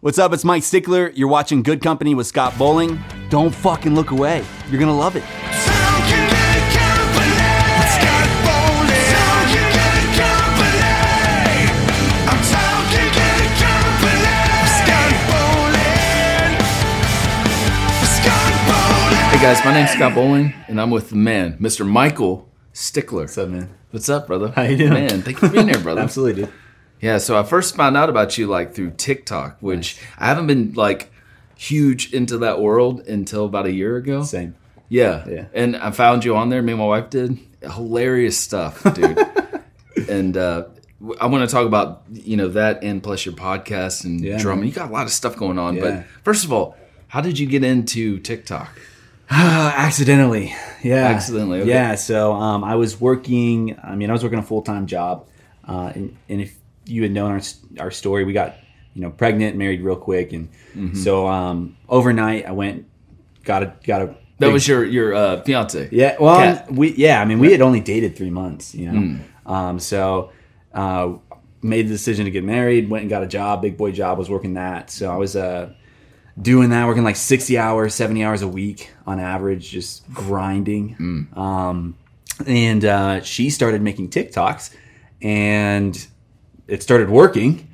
What's up? It's Mike Stickler. You're watching Good Company with Scott Bowling. Don't fucking look away. You're going to love it. Sound can get company. Scott Foley. Sound can get company. I'm sound can get company. Scott Foley. Scott Foley. Hey guys, my name's Scott Bowling, and I'm with the man, Mr. Michael Stickler. What's up, man? What's up, brother? How you doing? man? Thank you for being here, brother. Absolutely, dude. Yeah, so I first found out about you like through TikTok, which I haven't been like huge into that world until about a year ago. Same. Yeah. Yeah. And I found you on there. Me and my wife did hilarious stuff, dude. and uh, w- I want to talk about you know that and plus your podcast and Yeah, drumming. You got a lot of stuff going on. Yeah. But first of all, how did you get into TikTok? Uh, accidentally. Yeah. Accidentally, okay. Yeah. So um, I was working. I mean, I was working a full time job, uh, and, and if you had known our s- our story, we got you know pregnant, married real quick, and Mm-hmm. so um, overnight I went got a got a. That big- was your your uh, fiance. Yeah, well, um, Cat. we yeah, I mean, we had only dated three months, you know. Um, so, uh, made the decision to get married. Went and got a job, big boy job. Was working that, so I was uh, doing that, working like sixty hours, seventy hours a week on average, just grinding. Um, and uh, she started making TikToks, and it started working.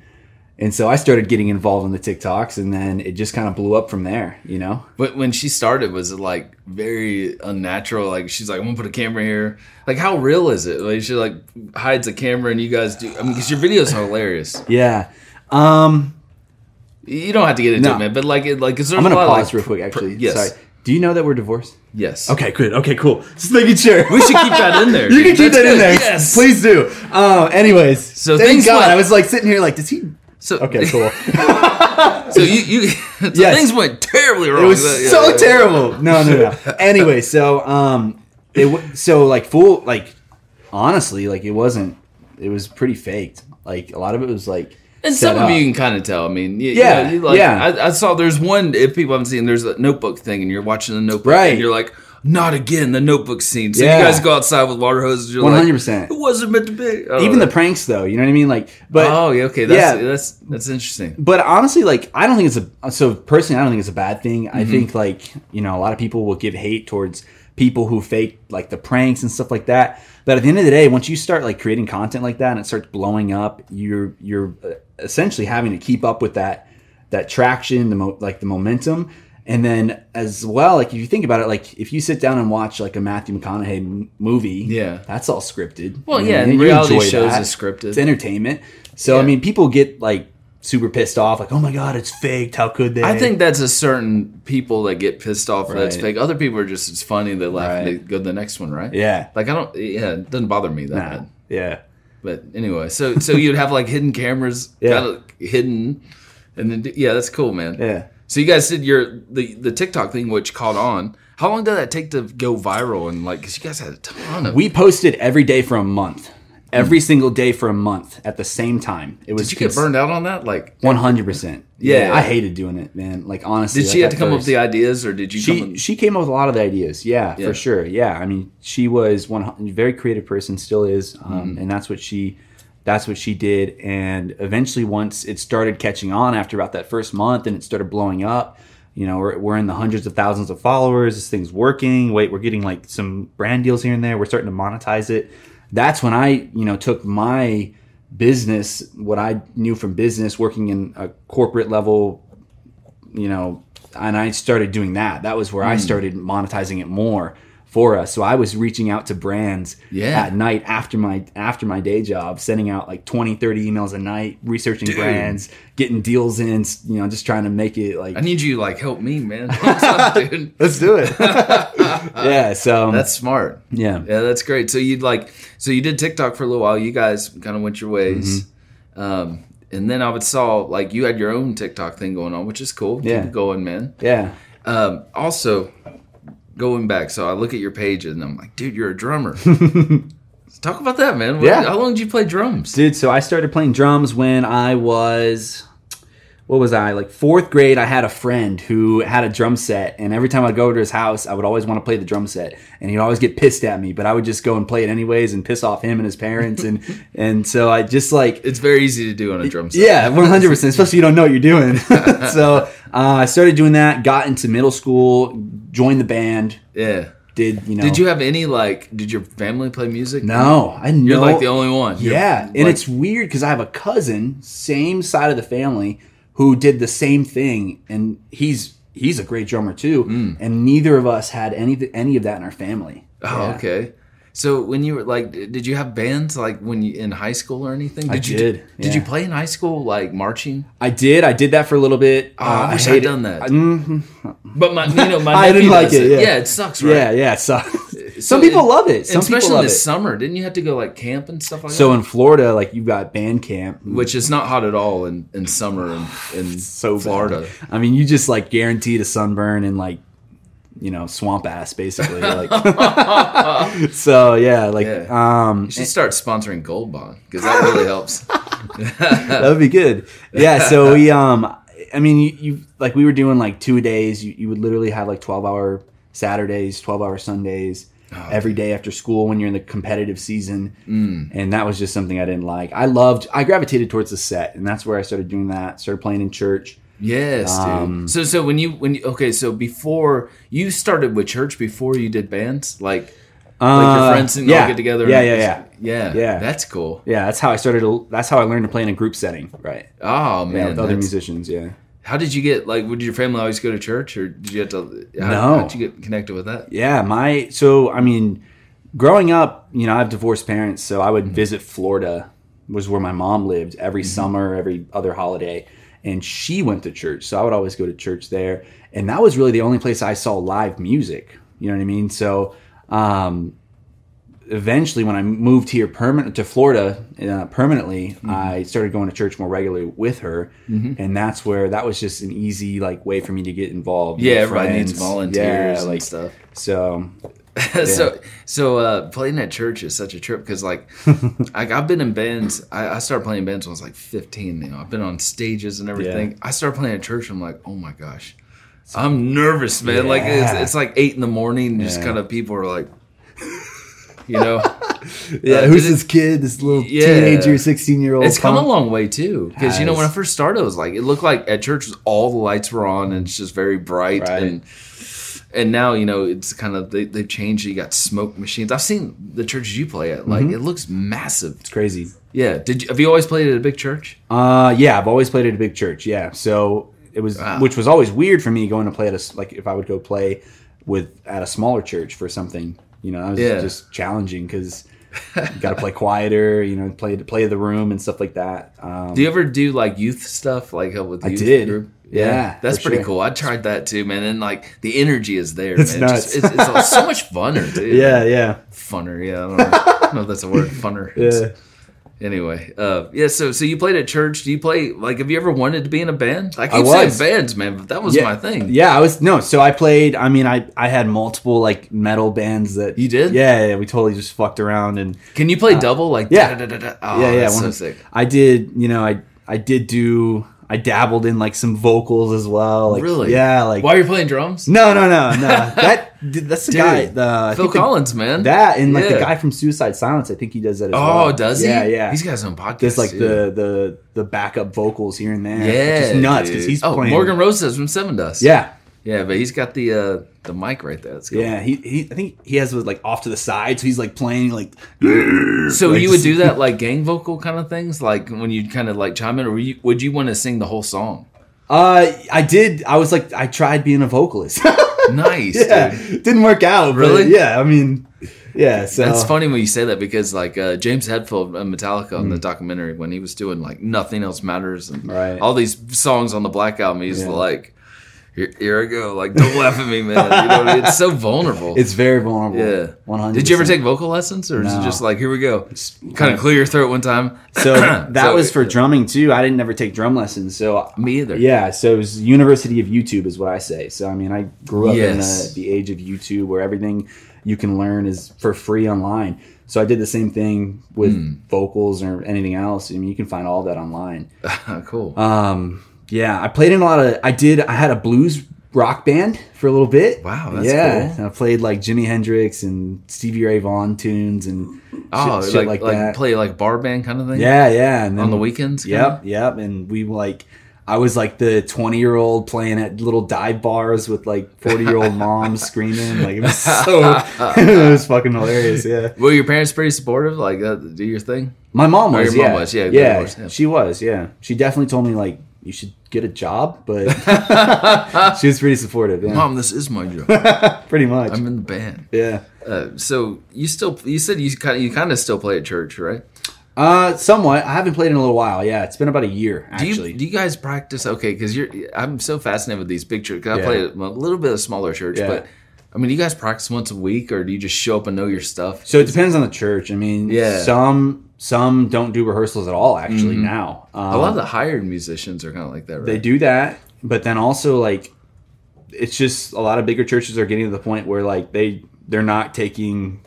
And so I started getting involved in the TikToks, and then it just kind of blew up from there, you know. But when she started, was it like very unnatural? Like she's like, I'm gonna put a camera here. Like how real is it? Like she like hides a camera and you guys do. I mean, because your videos are hilarious. Yeah. Um, You don't have to get into No. it, man. But like, it, like, is there I'm gonna a lot pause of, like, real quick. per- Actually, yes, Sorry. Do you know that we're divorced? yes. Okay, good. Okay, cool. Just making sure. we should keep that in there. you can keep dude. That's that in good. there. Yes, please do. Um, anyways, So so thank things God. went- I was like sitting here, like, does he? So Okay, cool. So you, you so Yes. things went terribly wrong. It was Yeah, so yeah, yeah. terrible. No, no, no. anyway, so um, it w- so like full like honestly, like it wasn't. It was pretty faked. Like a lot of it was like. And set some of up. you can kind of tell. I mean, you, yeah, Yeah, you know, you like, yeah. I, I saw there's one. If people haven't seen, there's a notebook thing, and you're watching the notebook, Right. And you're like, not again the notebook scene. So Yeah. you guys go outside with water hoses. You're 100%. Like, it wasn't meant to be. I don't Even know. the pranks, though, you know what I mean. Like, but oh yeah, okay, that's, yeah. that's that's interesting. but honestly, like I don't think it's a so personally, I don't think it's a bad thing. I Mm-hmm. think like you know a lot of people will give hate towards people who fake like the pranks and stuff like that. But at the end of the day, once you start like creating content like that and it starts blowing up, you're you're uh, essentially having to keep up with that that traction, the mo- like the momentum. And then as well, like if you think about it, like if you sit down and watch like a Matthew McConaughey m- movie, Yeah. that's all scripted. Well, I yeah, mean, and you reality enjoy shows that. is scripted. It's entertainment. So I Yeah. mean, people get like super pissed off, like, "Oh my god, it's faked. How could they?" I think that's a certain people that get pissed off that it's Right. fake. Other people are just it's funny. They laugh and they Right. go to the next one, right? Yeah. Like I don't. Yeah, it doesn't bother me that Nah. bad. Yeah. But anyway, so so you'd have like hidden cameras, Yeah. kind of hidden, and then do- yeah, that's cool, man. Yeah. So you guys did your the the TikTok thing, which caught on. How long did that take to go viral? And like, because you guys had a ton of. We posted every day for a month, every single day for a month at the same time. It was Hmm. did you get burned out on that? Like, One hundred percent. Yeah. I hated doing it, man. Like honestly, did like, she have at to come up first- with the ideas, or did you? come she up, she came up with a lot of the ideas. Yeah, Yeah. for sure. Yeah, I mean, she was one hun- very creative person, still is, um, Mm-hmm. and that's what she that's what she did. And eventually, once it started catching on after about that first month, and it started blowing up. You know, we're, we're in the hundreds of thousands of followers. This thing's working. Wait, we're getting like some brand deals here and there. We're starting to monetize it. That's when I, you know, took my business, what I knew from business, working in a corporate level you know, and I started doing that. That was where I started monetizing it more for us. So I was reaching out to brands Yeah. at night after my after my day job, sending out like 20, 30 emails a night, researching brands, getting deals in, you know, just trying to make it like I need you, like, help me, man. What's up, dude? let's do it. yeah, so That's smart. yeah. Yeah, that's great. So you'd like, so you did TikTok for a little while. You guys kind of went your ways, Mm-hmm. um, and then I would saw like you had your own TikTok thing going on, which is cool. Yeah. Keep it going, man. Yeah. Um, also, going back, so I look at your page and I'm like, dude, you're a drummer. Talk about that, man. What- Yeah. How long did you play drums? Dude, so I started playing drums when I was what was I like fourth grade? I had a friend who had a drum set, and every time I'd go over to his house, I would always want to play the drum set, and he'd always get pissed at me, but I would just go and play it anyways and piss off him and his parents, and and so I just like It's very easy to do on a drum set. yeah, one hundred percent. Especially if you don't know what you're doing. so uh, I started doing that. Got into middle school, joined the band. Yeah. Did you know? Did you have any like? Did your family play music? No, I know. You're like the only one. You're, Yeah, and like- it's weird because I have a cousin, same side of the family, who did the same thing, and he's he's a great drummer too. And neither of us had any any of that in our family. Mm. Oh, Yeah. okay. So when you were like, d- did you have bands like when you in high school or anything? Did I you did, Did you yeah. play in high school like marching? I did. I did that for a little bit. Uh, Oh, I wish hate I'd it. done that. But my, you know, my Mm-hmm. I didn't nephew like does it, yeah. it sucks, right? Yeah, yeah. So, So some people in- love it. Some especially people love this it. summer. Didn't you have to go like camp and stuff like so that? in Florida, like you've got band camp, which is not hot at all in, in summer in, in so Florida. Florida. I mean, you just like guaranteed a sunburn and like you know swamp ass basically. Like, so yeah, like Yeah. um, You should start sponsoring Gold Bond because that really helps. that would be good. Yeah. So we um, I mean, you, you like we were doing like two days. You, you would literally have like twelve hour Saturdays, twelve hour Sundays. Oh, every day after school when you're in the competitive season Mm. and that was just something i didn't like i loved i gravitated towards the set and that's where i started doing that started playing in church Yes, dude. Um, so so when you when you, okay, so before you started with church before you did bands, like like your Uh, friends didn't all get together. yeah and- yeah yeah yeah, Yeah. That's cool. Yeah, that's how I started. To, that's how I learned to play in a group setting, right? Oh Yeah, man, with other that's- musicians. Yeah, how did you get like? Would your family always go to church, or did you have to? How, No. how'd you get connected with that? yeah. My so I mean, growing up, you know, I have divorced parents, so I would Mm-hmm. visit Florida, was where my mom lived every summer, every other holiday, and she went to church, so I would always go to church there, and that was really the only place I saw live music. You know what I mean? So. um eventually when I moved here permanent to Florida uh, permanently, Mm-hmm. I started going to church more regularly with her, and that's where that was just an easy like way for me to get involved. Yeah, with everybody needs friends. volunteers Yeah, and like, stuff. So so so uh, playing at church is such a trip because like like I've been in bands. I, I started playing bands when I was like 15. You know, I've been on stages and everything. I started playing at church. I'm like, oh my gosh, I'm nervous, man. Like it's, Yeah. it's like eight in the morning. and Just Yeah. kind of people are like, you know, Uh, yeah, who's this kid? This little Yeah. teenager, sixteen year old. it's come a long way too. Because you know when I Has. first started, it was like it looked like at church all the lights were on and it's just very bright Right. and. And now you know it's kind of they, they've changed. You got smoke machines. I've seen the churches you play at. Mm-hmm. Like it looks massive. Crazy. Yeah. Did you, have you always played at a big church? Uh, yeah, I've always played at a big church. Yeah, so it was, Wow. which was always weird for me going to play at a s- like if I would go play with at a smaller church for something. You know, that was Yeah. just challenging because you got to play quieter. You know, play play the room and stuff like that. Um, Do you ever do like youth stuff, like help with the I youth did. group? Yeah, that's for pretty sure. cool. I tried that too, man. And like the energy is there. It's man. It just- nuts. it's, it's all- so much funner, dude. yeah, yeah, funner. Yeah, I don't know, I don't know if that's a word. Funner. It's- Anyway, uh, yeah. So, so you played at church. Do you play like? Have you ever wanted to be in a band? I keep was. saying bands, man, but that was yeah. my thing. Yeah, I was no. So I played. I mean, I I had multiple like metal bands that You did? Yeah, yeah. We totally just fucked around and Can you play double? Like, Uh, yeah. da-da-da-da? Oh, yeah, yeah. that's so one- sick. I did, you know, I I did do I dabbled in like some vocals as well. Like, Really? Yeah, like Why are you playing drums? no, no, no, no. that that's the Dude, guy. The I Phil think the- Collins, man. that and like Yeah. the guy from Suicide Silence. I think he does that. as Oh, well. does he? Yeah, yeah. He's got his own podcast. there's like too. the the the backup vocals here and there. yeah, which is nuts dude. because he's oh playing Morgan Rose is from Seven Dust. Yeah, yeah, but he's got the uh the mic right there. That's cool. yeah. He, he I think he has those like off to the side, so he's like playing like So Like- you would do that like gang vocal kind of things, like when you kind of like chime in, or you, would you want to sing the whole song? Uh, I did. I was like, I tried being a vocalist. Nice, yeah, dude. didn't work out. but Really? Yeah. I mean, yeah. So That's funny when you say that because like uh, James Hetfield and Metallica on the documentary when he was doing like nothing else matters and Hmm. Right. all these songs on the Black Album, he's Yeah. like, here, here I go, like don't laugh at me, man. You know, what I mean? it's so vulnerable. It's very vulnerable. yeah. One hundred. Did you ever take vocal lessons, or is it No. just like here we go, kind of clear your throat one time? So that So- was for drumming too. I didn't ever take drum lessons. So Me either. yeah. So it was University of YouTube is what I say. So I mean, I grew up Yes. in the, the age of YouTube where everything you can learn is for free online. So I did the same thing Hmm. with vocals or anything else. I mean, you can find all that online. cool. Um, Yeah, I played in a lot of. I did. I had a blues rock band for a little bit. Wow, that's yeah. cool. I played like Jimi Hendrix and Stevie Ray Vaughan tunes and Oh, shit, shit like, like, like, that. play like bar band kind of thing. yeah, yeah. And then, On the weekends kinda? Yep, yep. And we like. I was like the twenty-year-old playing at little dive bars with like forty-year-old moms screaming. Like it was so, it was fucking hilarious. Yeah, Were your parents pretty supportive? Like, uh, do your thing? my mom Oh, was. your yeah. mom was, yeah, yeah, good lord, yeah. She was. Yeah, she definitely told me like you should get a job, but she was pretty supportive. Yeah, Mom, this is my job. pretty much. I'm in the band. yeah. Uh, so you still, you said you kind of, you kind of still play at church, right? Uh, somewhat. I haven't played in a little while. Yeah, it's been about a year Do actually. you, do you guys practice? Okay, because you're, I'm so fascinated with these big churches. 'cause I Yeah. play at a little bit of smaller church, Yeah. but I mean, do you guys practice once a week, or do you just show up and know your stuff? so it depends on the church. I mean, Yeah. Mm-hmm. Some some don't do rehearsals at all actually now. Um, A lot of the hired musicians are kind of like that, right? they do that, but then also like it's just a lot of bigger churches are getting to the point where like they they're not taking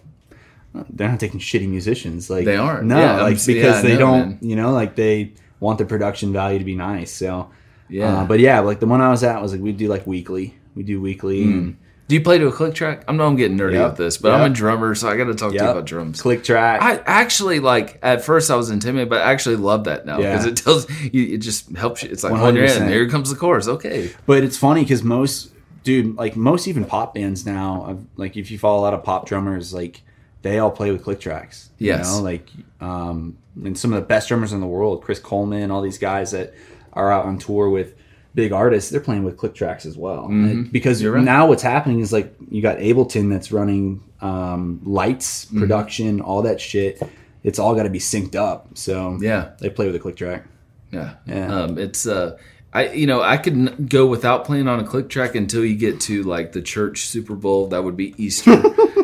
they're not taking shitty musicians like They aren't. no Yeah, I'm like s- yeah, because I they know, don't man. you know like they want the production value to be nice so Yeah. uh, but yeah like the one I was at was like we do like weekly we do weekly Hmm. and Do you play to a click track? I'm know I'm getting nerdy Yep. with this, but I'm Yep. a drummer, so I got to talk to you Yep. about drums. click track I actually like at first I was intimidated, but I actually love that now Yeah. because it tells you it just helps you. It's like "Oh, hold your hand, 100%. here comes the chorus. Okay, But it's funny because most dude, like most even pop bands now, of- like if you follow a lot of pop drummers, like they all play with click tracks. you Yes. know? like um, and some of the best drummers in the world, Chris Coleman, all these guys that are out on tour with big artists, they're playing with click tracks as well. Like, because Mm-hmm. You're right. now what's happening is like you got Ableton that's running um, lights, Mm-hmm. production, all that shit. It's all got to be synced up. So Yeah. they play with a click track. yeah, Yeah. Um, it's uh, I you know I could n- go without playing on a click track until you get to like the church Super Bowl. That would be Easter.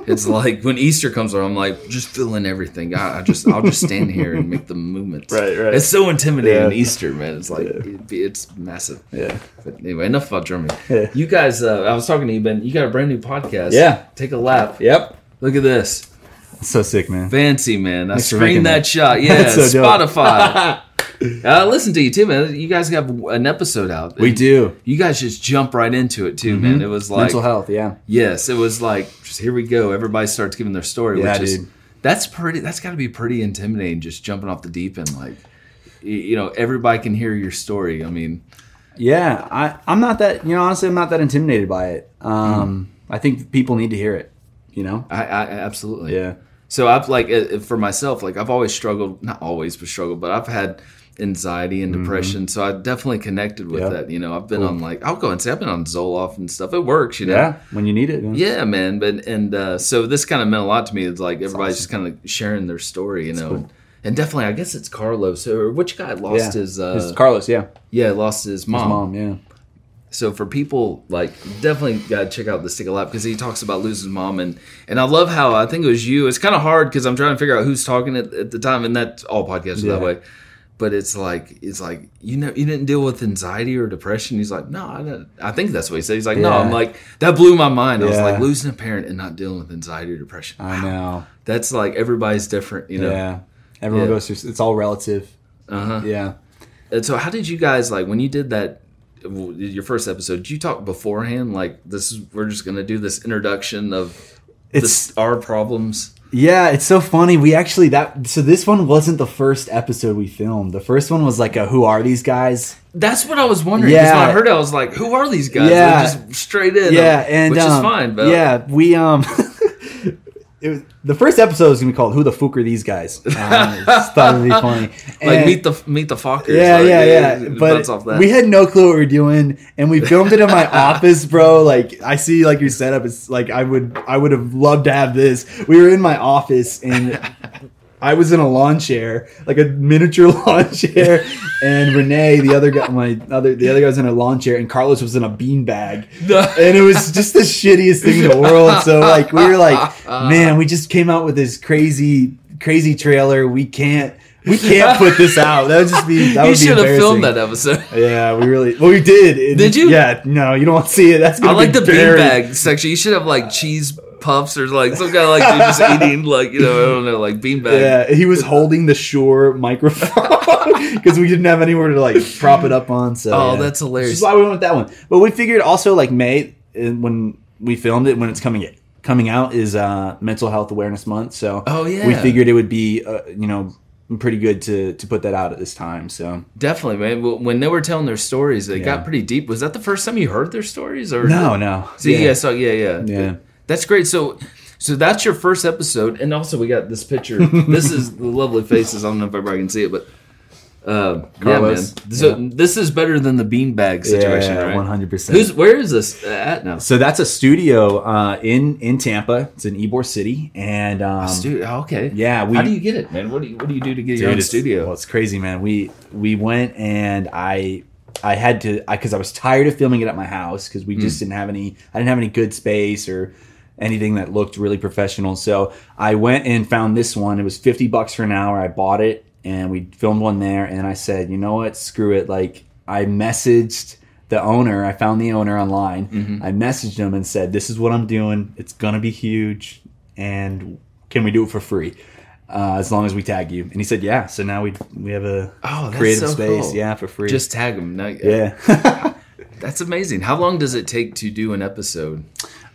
it's like when Easter comes around, I'm like just fill in everything. I, I just I'll just stand here and make the movements. Right, right. It's so intimidating. Yeah. Easter, man. It's like it- it's massive. Yeah. But anyway, enough about drumming. Yeah. You guys, uh, I was talking to you, Ben. You got a brand new podcast. Yeah. Take a lap. Yep. Look at this. So sick, man. Fancy, man. I Thanks for making screened that that. shot. Yeah, That's so dope. Spotify. I listened to you too, man. You guys have an episode out. We do. Mm-hmm. You guys just jump right into it too, man. It was like Mental health, yeah. Yes, it was like just here we go. Everybody starts giving their story, Yeah, which is dude. that's pretty. That's got to be pretty intimidating, just jumping off the deep end. Like y- you know, everybody can hear your story. I mean, Yeah, I, I'm not that, you know, honestly, I'm not that intimidated by it. Um, Hmm. I think people need to hear it, you know? I, I absolutely. Yeah. So I've like uh, for myself, like I've always struggled, not always, but struggled, but I've had anxiety and depression. So I definitely connected with Mm-hmm. Yeah. that. You know, I've been on like I'll go and say I've been on Zoloft and stuff. It works, you know. Yeah, when you need it. man. Yeah, man. But and uh, so this kind of meant a lot to me. It's like everybody's just kind of sharing their story, you know. And definitely, I guess it's Carlos. Or which guy Yeah. lost his? Uh, Oh. It's Carlos, yeah. yeah, lost his mom. His mom, yeah. So for people like, definitely gotta check out the stick a lot because he talks about losing his mom and and I love how I think it was you. It's kind of hard because I'm trying to figure out who's talking at, at the time, and that's all podcasts are that Yeah. way. But it's like it's like you know you didn't deal with anxiety or depression. He's like, no, I, didn't. I think that's what he said. He's like, no, Yeah. I'm like that blew my mind. I was Yeah. like losing a parent and not dealing with anxiety or depression. I know. That's like everybody's different, you know. Yeah. Everyone Yeah. goes through, it's all relative. Uh-huh. Yeah. And so how did you guys like when you did that w- your first episode? Did you talk beforehand like this is we're just going to do this introduction of It's- this, our problems? Yeah, it's so funny. We actually, that, so this one wasn't the first episode we filmed. The first one was like a Who Are These Guys? That's what I was wondering. 'cause when I Yeah. heard it, I was like, "Who are these guys?" Yeah. They're just straight in. yeah, um, and which is um, fine. But yeah, we um, it was, the first episode is gonna be called "Who the Fuck Are These Guys?" Um, I just thought it'd be funny. like And- meet the meet the Fockers. yeah, like, yeah, it- yeah. it bounce off But that. we had no clue what we were doing, and we filmed it in my office, bro. Like I see, like your setup is like I would, I would have loved to have this. We were in my office, and I was in a lawn chair, like a miniature lawn chair, and Renee, the other guy, my other, the other guy was in a lawn chair, and Carlos was in a beanbag, and it was just the shittiest thing in the world. So like we were like, man, we just came out with this crazy, crazy trailer. We can't. We can't put this out. That would just be. That you would be should have embarrassing. filmed that episode. Yeah, we really. Well, we did. It- Did you? Yeah. No, you don't see it. That's. I Gonna like be the buried. beanbag section. You should have like cheese puffs or like some kind of like dude just eating like you know I don't know like beanbag. Yeah, he was holding the Shure microphone because we didn't have anywhere to like prop it up on. So Oh, yeah. that's hilarious. Which is why we went with that one. But we figured also like May uh, when we filmed it when it's coming coming out is uh, Mental Health Awareness Month. So Oh, we yeah. figured it would be uh, you know pretty good to to put that out at this time. So Definitely, man. Well, When they were telling their stories, it Yeah. got pretty deep. Was that the first time you heard their stories? Or no, no, See, Yeah. yeah. so yeah, yeah, Yeah. That's great. So, so that's your first episode, and also we got this picture. this is the lovely faces. I don't know if everybody can see it, but uh, yeah, man. Carlos. So this is better than the beanbag situation, Yeah, right? 100%. Who's where is this at now? So that's a studio uh, in in Tampa. It's in Ybor City, and um, Dude, oh, okay. yeah, we How do you get it, man? What do you What do you do to get Dude, your own it's- Well, studio? it's crazy, man. We we went and I I had to I because I was tired of filming it at my house because we just didn't have any I didn't have any good space or anything that looked really professional. So I went and found this one. It was fifty bucks for an hour. I bought it and we filmed one there. And I said, you know what? Screw it. Like I messaged the owner. I found the owner online. I messaged him and said, this is what I'm doing. It's gonna be huge. And can we do it for free? uh, as long as we tag you. And he said, yeah. So now we we have a Oh, that's creative so space, cool. yeah, for free. Just tag them. No, yeah. that's amazing. How long does it take to do an episode?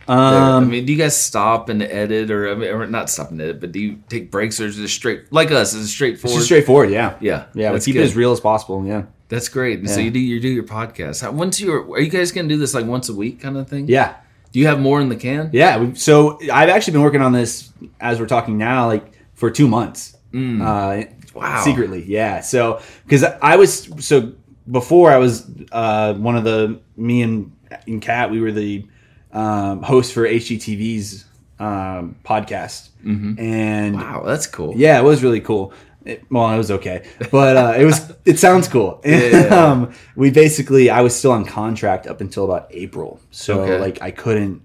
I um, mean, do you guys stop and edit, or, I mean, or not stop and edit, but do you take breaks, or is it straight like us? Is it it's straightforward? just straightforward, yeah, Yeah, yeah. We that's keep good. it as real as possible, yeah, That's great. And So Yeah. you do you do your podcast. How, once you're, are you guys gonna do this like once a week kind of thing? yeah, Do you have more in the can? yeah. We, so I've actually been working on this as we're talking now, like for two months. Uh, Mm. Wow. secretly, yeah. So because I was so before I was uh, one of the me and and Kat, we were the um, hosts for HGTV's um, podcast, and Mm-hmm. Wow, that's cool. Yeah, it was really cool. It, well, it was okay, but uh, it was. It sounds cool. And, um, we basically, I was still on contract up until about April, so Okay. like I couldn't,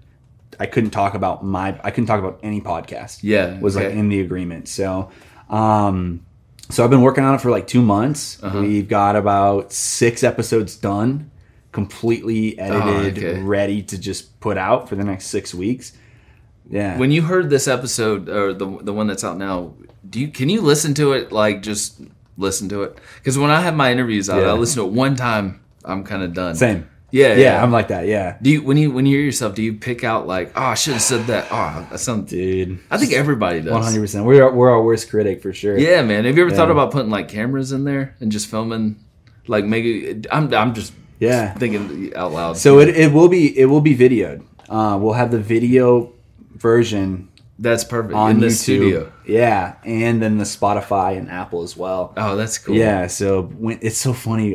I couldn't talk about my, I couldn't talk about any podcast. Yeah, was like okay. in the agreement. So, um, so I've been working on it for like two months. Uh-huh. We've got about six episodes done, completely edited, Ah, okay. ready to just put out for the next six weeks. Yeah. When you heard this episode or the the one that's out now, do you can you listen to it like just listen to it? Because when I have my interviews out, Yeah. I listen to it one time. I'm kind of done. Same. Yeah, yeah, I'm like that. Yeah. do you when you when you hear yourself, do you pick out like, oh, I should have said that. Oh, that sounds. Dude. I think everybody does. One hundred percent. We're our- we're our worst critic for sure. Yeah, man. Have you ever thought Yeah. about putting like cameras in there and just filming? Like maybe I'm I'm just Yeah. thinking out loud. So it, it will be it will be videoed. Uh, we'll have the video version that's perfect on in the YouTube. studio. Yeah, and then the Spotify and Apple as well. Oh, that's cool. Yeah, so when, it's so funny.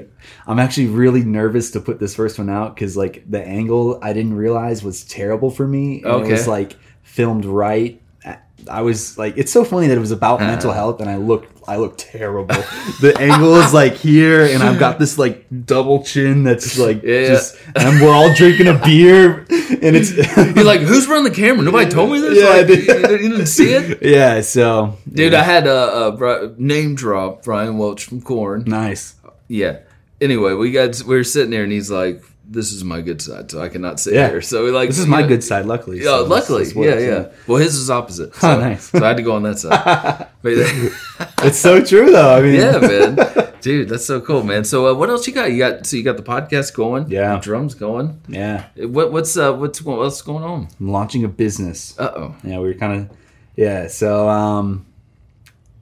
I'm actually really nervous to put this first one out because like the angle I didn't realize was terrible for me. And It Okay. was like filmed right. at- I was like, it's so funny that it was about Uh. mental health, and I looked, I looked terrible. the angle is like here, and I've got this like double chin that's like Yeah. just, and we're all drinking a beer, and it's You're like, who's running the camera? Nobody told me this. Yeah, I Like, did. you, you didn't see it, yeah. So dude. I had a, a bri- name drop Brian Welch from Corn. nice. Yeah. Anyway, we got we were sitting there, and he's like, "This is my good side, so I cannot sit Yeah. here." So we like, This is my you know- good side, luckily. Yeah, so this- luckily, this yeah, works, yeah. Well, his is opposite. So, Oh, nice. so I had to go on that side. But- It's so true, though. I mean, yeah, man, dude, that's so cool, man. So, uh, what else you got? You got so you got the podcast going, Yeah. the drums going. yeah. What what's uh what's go- what's going on? I'm launching a business. Uh oh, Yeah, we were kind of yeah. So um,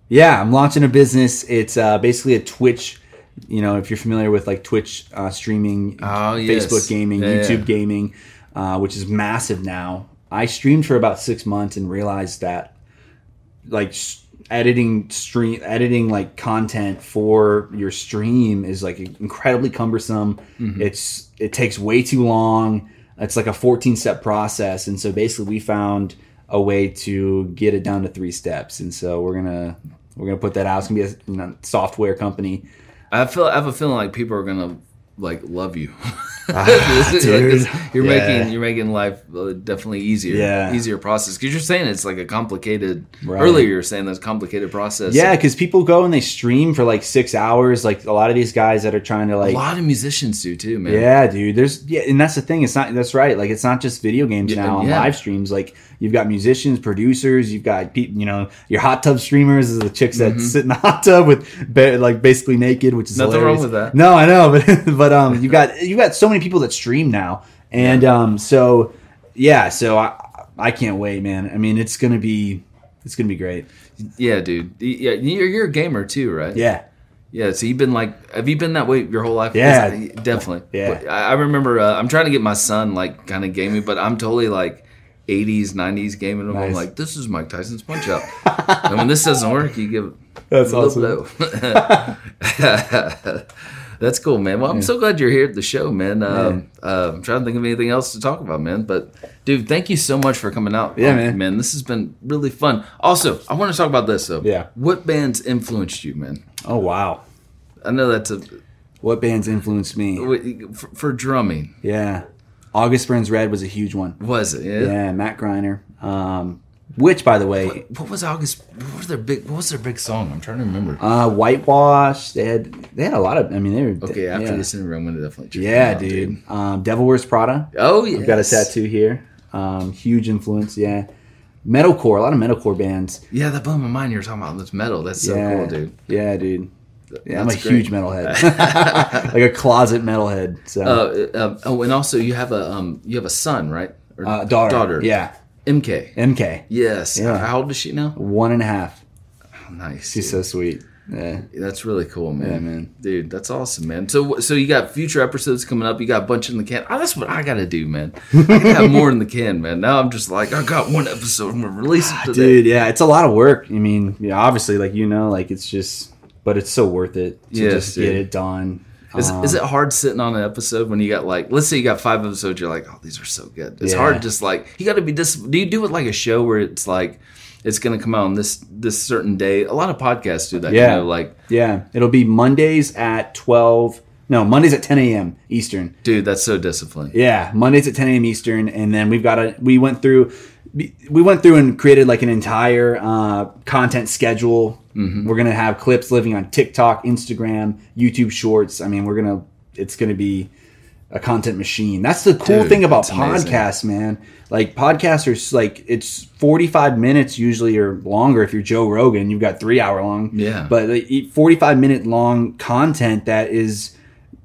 yeah, I'm launching a business. It's uh, basically a Twitch. You know, if you're familiar with like Twitch uh, streaming, Oh, yes. Facebook gaming, Yeah, YouTube yeah. gaming, uh, which is massive now. I streamed for about six months and realized that like s- editing stream editing like content for your stream is like incredibly cumbersome it's it takes way too long it's like a 14 step process and so basically we found a way to get it down to three steps and so we're gonna we're gonna put that out it's gonna be a you know, software company I feel I have a feeling like people are gonna like love you. This is- like, this- you're Ah, Yeah. making you're making life uh, definitely easier, Yeah. easier process because you're saying it's like a complicated. Earlier, you were saying that's complicated process. Yeah, because people go and they stream for like six hours. Like a lot of these guys that are trying to a like, lot of musicians do too, man. yeah, dude. There's yeah, and that's the thing. It's not that's right. Like it's not just video games now on yeah. live streams. Like you've got musicians, producers. You've got people. You know, your hot tub streamers is the chicks Mm-hmm. that sit in the hot tub with ba- like basically naked, which is Nothing wrong hilarious. with that. No, I know, but but um, you got you got so many people that stream now, and um, so yeah, so I I can't wait, man. I mean, it's gonna be it's gonna be great. yeah, dude. Y- Yeah, you're, you're a gamer too, right? Yeah. Yeah, so you've been like, have you been that way your whole life? Yeah. 'Cause I- definitely. Yeah. But I I remember. Uh, I'm trying to get my son like kind of gaming, but I'm totally like 80s, 90s gaming. him. I'm Nice. like, this is Mike Tyson's Punch Out, and when this doesn't work, you give That's a little blow. That's cool, man. Well, I'm so glad you're here at the show, man. Um, uh, I'm trying to think of anything else to talk about, man. But dude, thank you so much for coming out. Yeah, Um, man. Man, this has been really fun. Also, I want to talk about this though. Yeah. What bands influenced you, man? Oh wow. I know that's a What bands influenced me? Wait, for, for drumming Yeah. August Burns Red was a huge one. was it? Yeah. Yeah, Matt Griner. Um, which, by the way, What was August? What was their big? What was their big song? I'm trying to remember. uh, Whitewash. They had they had a lot of. I mean, they were okay, after yeah. this Oh, interview, I'm gonna definitely. check Yeah, them out, dude. Um, Devil Wears Prada. Oh yeah, I've got a tattoo here. Um, huge influence. Yeah. Metalcore. A lot of metalcore bands. Yeah, that blew my mind. You were talking about this metal. That's so yeah. cool, dude. Yeah, dude. Yeah, I'm a That's huge great. metalhead, like a closet metalhead. So Uh, uh, oh, and also you have a um, you have a son, right? Or uh, daughter. Yeah. MK. MK. Yes. Yeah. How old is she now? One and a half. Nice. She's dude. so sweet. Yeah. That's really cool, man. Yeah, man. Dude, that's awesome, man. So, so you got future episodes coming up. You got a bunch in the can. Oh, that's what I gotta do, man. I gotta have more in the can, man. Now I'm just like, I got one episode. I'm gonna release it today. Ah, dude yeah it's a lot of work i mean yeah obviously like you know like it's just but it's so worth it to Yes, just get dude. it done Is, Um, is it hard sitting on an episode when you got like, let's say you got five episodes, you're like, oh, these are so good. It's Yeah. hard, just like you got to be dis. Do you do it like a show where it's like, it's gonna come out on this this certain day? A lot of podcasts do that. Yeah. you know, like, yeah it'll be mondays at 12 no mondays at 10 a.m eastern dude, that's so disciplined. yeah mondays at 10 a.m eastern and then we've got a we went through we went through and created like an entire uh, content schedule Mm-hmm. we're gonna have clips living on tiktok instagram youtube shorts i mean we're gonna it's gonna be a content machine. That's the cool Dude, thing about that's amazing. podcasts, man. Like podcasts are s- like it's 45 minutes usually or longer if you're Joe Rogan, you've got 3 hour long. Yeah. But like, e- 45 minute long content that is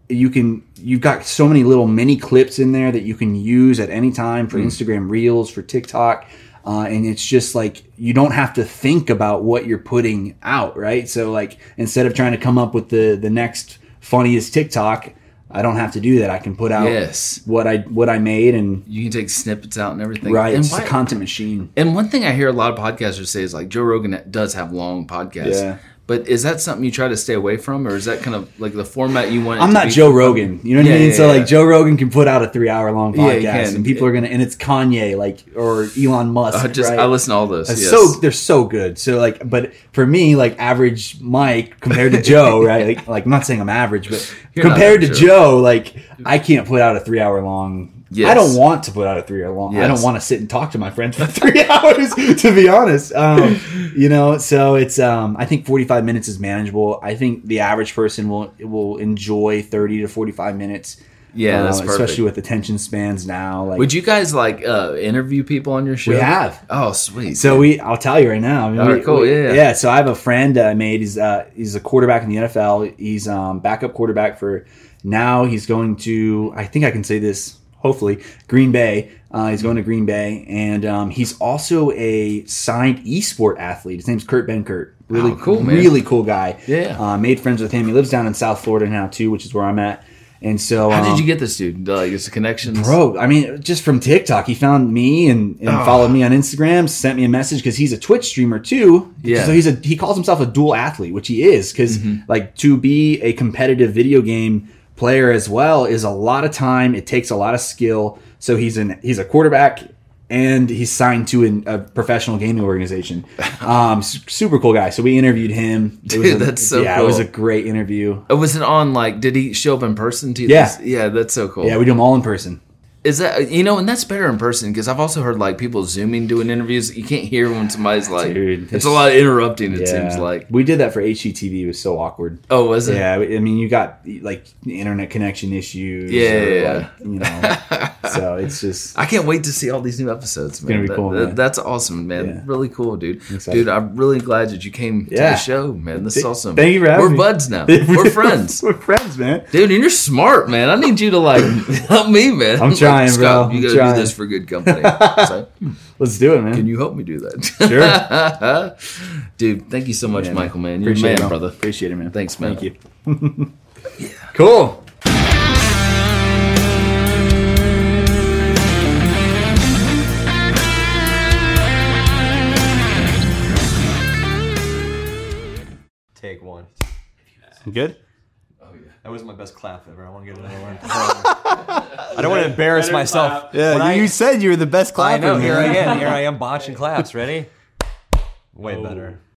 you can you've got so many little mini clips in there that you can use at any time Hmm. for Instagram Reels, for TikTok. Uh, and it's just like you don't have to think about what you're putting out, right? So like instead of trying to come up with the the next funniest TikTok, I don't have to do that. I can put out Yes. what I what I made and You can take snippets out and everything. right. And it's why- a content machine. And one thing I hear a lot of podcasters say is like Joe Rogan does have long podcasts. Yeah. But is that something you try to stay away from, or is that kind of like the format you want? it I'm to not be? Joe Rogan. You know what Yeah, I mean? yeah, so yeah. like Joe Rogan can put out a three hour long Yeah, he podcast can. and people are gonna and it's Kanye like or Elon Musk. I just right? I listen to all those. It's yes. So they're so good. So like, but for me, like average Mike compared to Joe, right? Like, like I'm not saying I'm average, but You're not compared to average, Joe, like I can't put out a three hour long. Yes. I don't want to put out a three hour long. I Yes. don't want to sit and talk to my friends for three hours. To be honest, um, you know. So it's. Um, I think 45 minutes is manageable. I think the average person will will enjoy 30 to 45 minutes. yeah, that's uh, perfect. especially with attention spans now. Like Would you guys like uh, interview people on your show? we have. Oh, sweet. So we, I'll tell you right now. I mean, All we- right, cool, we- yeah, yeah. So I have a friend that I made. He's uh, he's a quarterback in the NFL. He's um backup quarterback for now. He's going to. I think I can say this. Hopefully, Green Bay. Uh, he's going to Green Bay, and um, he's also a signed esport athlete. His name's Kurt Benkert. Really Oh, cool, man. Really cool guy. Yeah. Uh, made friends with him. He lives down in South Florida now too, which is where I'm at. And so, How um, did you get this dude? Like, it's connections. Bro, I mean, just from TikTok, he found me and, and Ah. followed me on Instagram, sent me a message because he's a Twitch streamer too. Yeah. Mm-hmm. So he's a he calls himself a dual athlete, which he is, because like to be a competitive video game player as well is a lot of time. It takes a lot of skill. So he's an he's a quarterback and he's signed to an, a professional gaming organization. Um, s- super cool guy. So we interviewed him. It was Dude, a- that's so yeah. It was a cool. great interview. Uh, It wasn't on like. Did he show up in person to Yeah. this? Yeah, that's so cool. Yeah, we do them all in person. Is that you know, and that's better in person because I've also heard like people zooming doing interviews. You can't hear when somebody's like. Dude, it's this- a lot of interrupting. It Yeah. seems like. we did that for HGTV. It was so awkward. Oh, was it? Yeah, I mean, you got like internet connection issues. Yeah, or, yeah, like, you know. so it's just I can't wait to see all these new episodes, man. gonna be That- cool, that- man. That's awesome, man. Yeah. Really cool, dude. excited. Dude, I'm really glad that you came to Yeah. the show, man. This is awesome. Thank you for having We're me. buds now. We're friends. We're friends, man. Dude, and you're smart, man. I need you to like help me, man. I'm Like, trying, Scott, bro. You I'm gotta trying. do this for good company. It's like, Let's do it, man. Can you help me do that? sure. Dude, thank you so much, Yeah, man. Michael, man. You're Appreciate a it, man, man. brother. Appreciate it, man. Thanks, man. Thank you. Cool. Take one. Good. That was my best clap ever. I want to get another one. I don't want to embarrass myself. Yeah, When you I, said you were the best I clapper. know. man. Here I am. Here I am botching claps. Ready? Way better.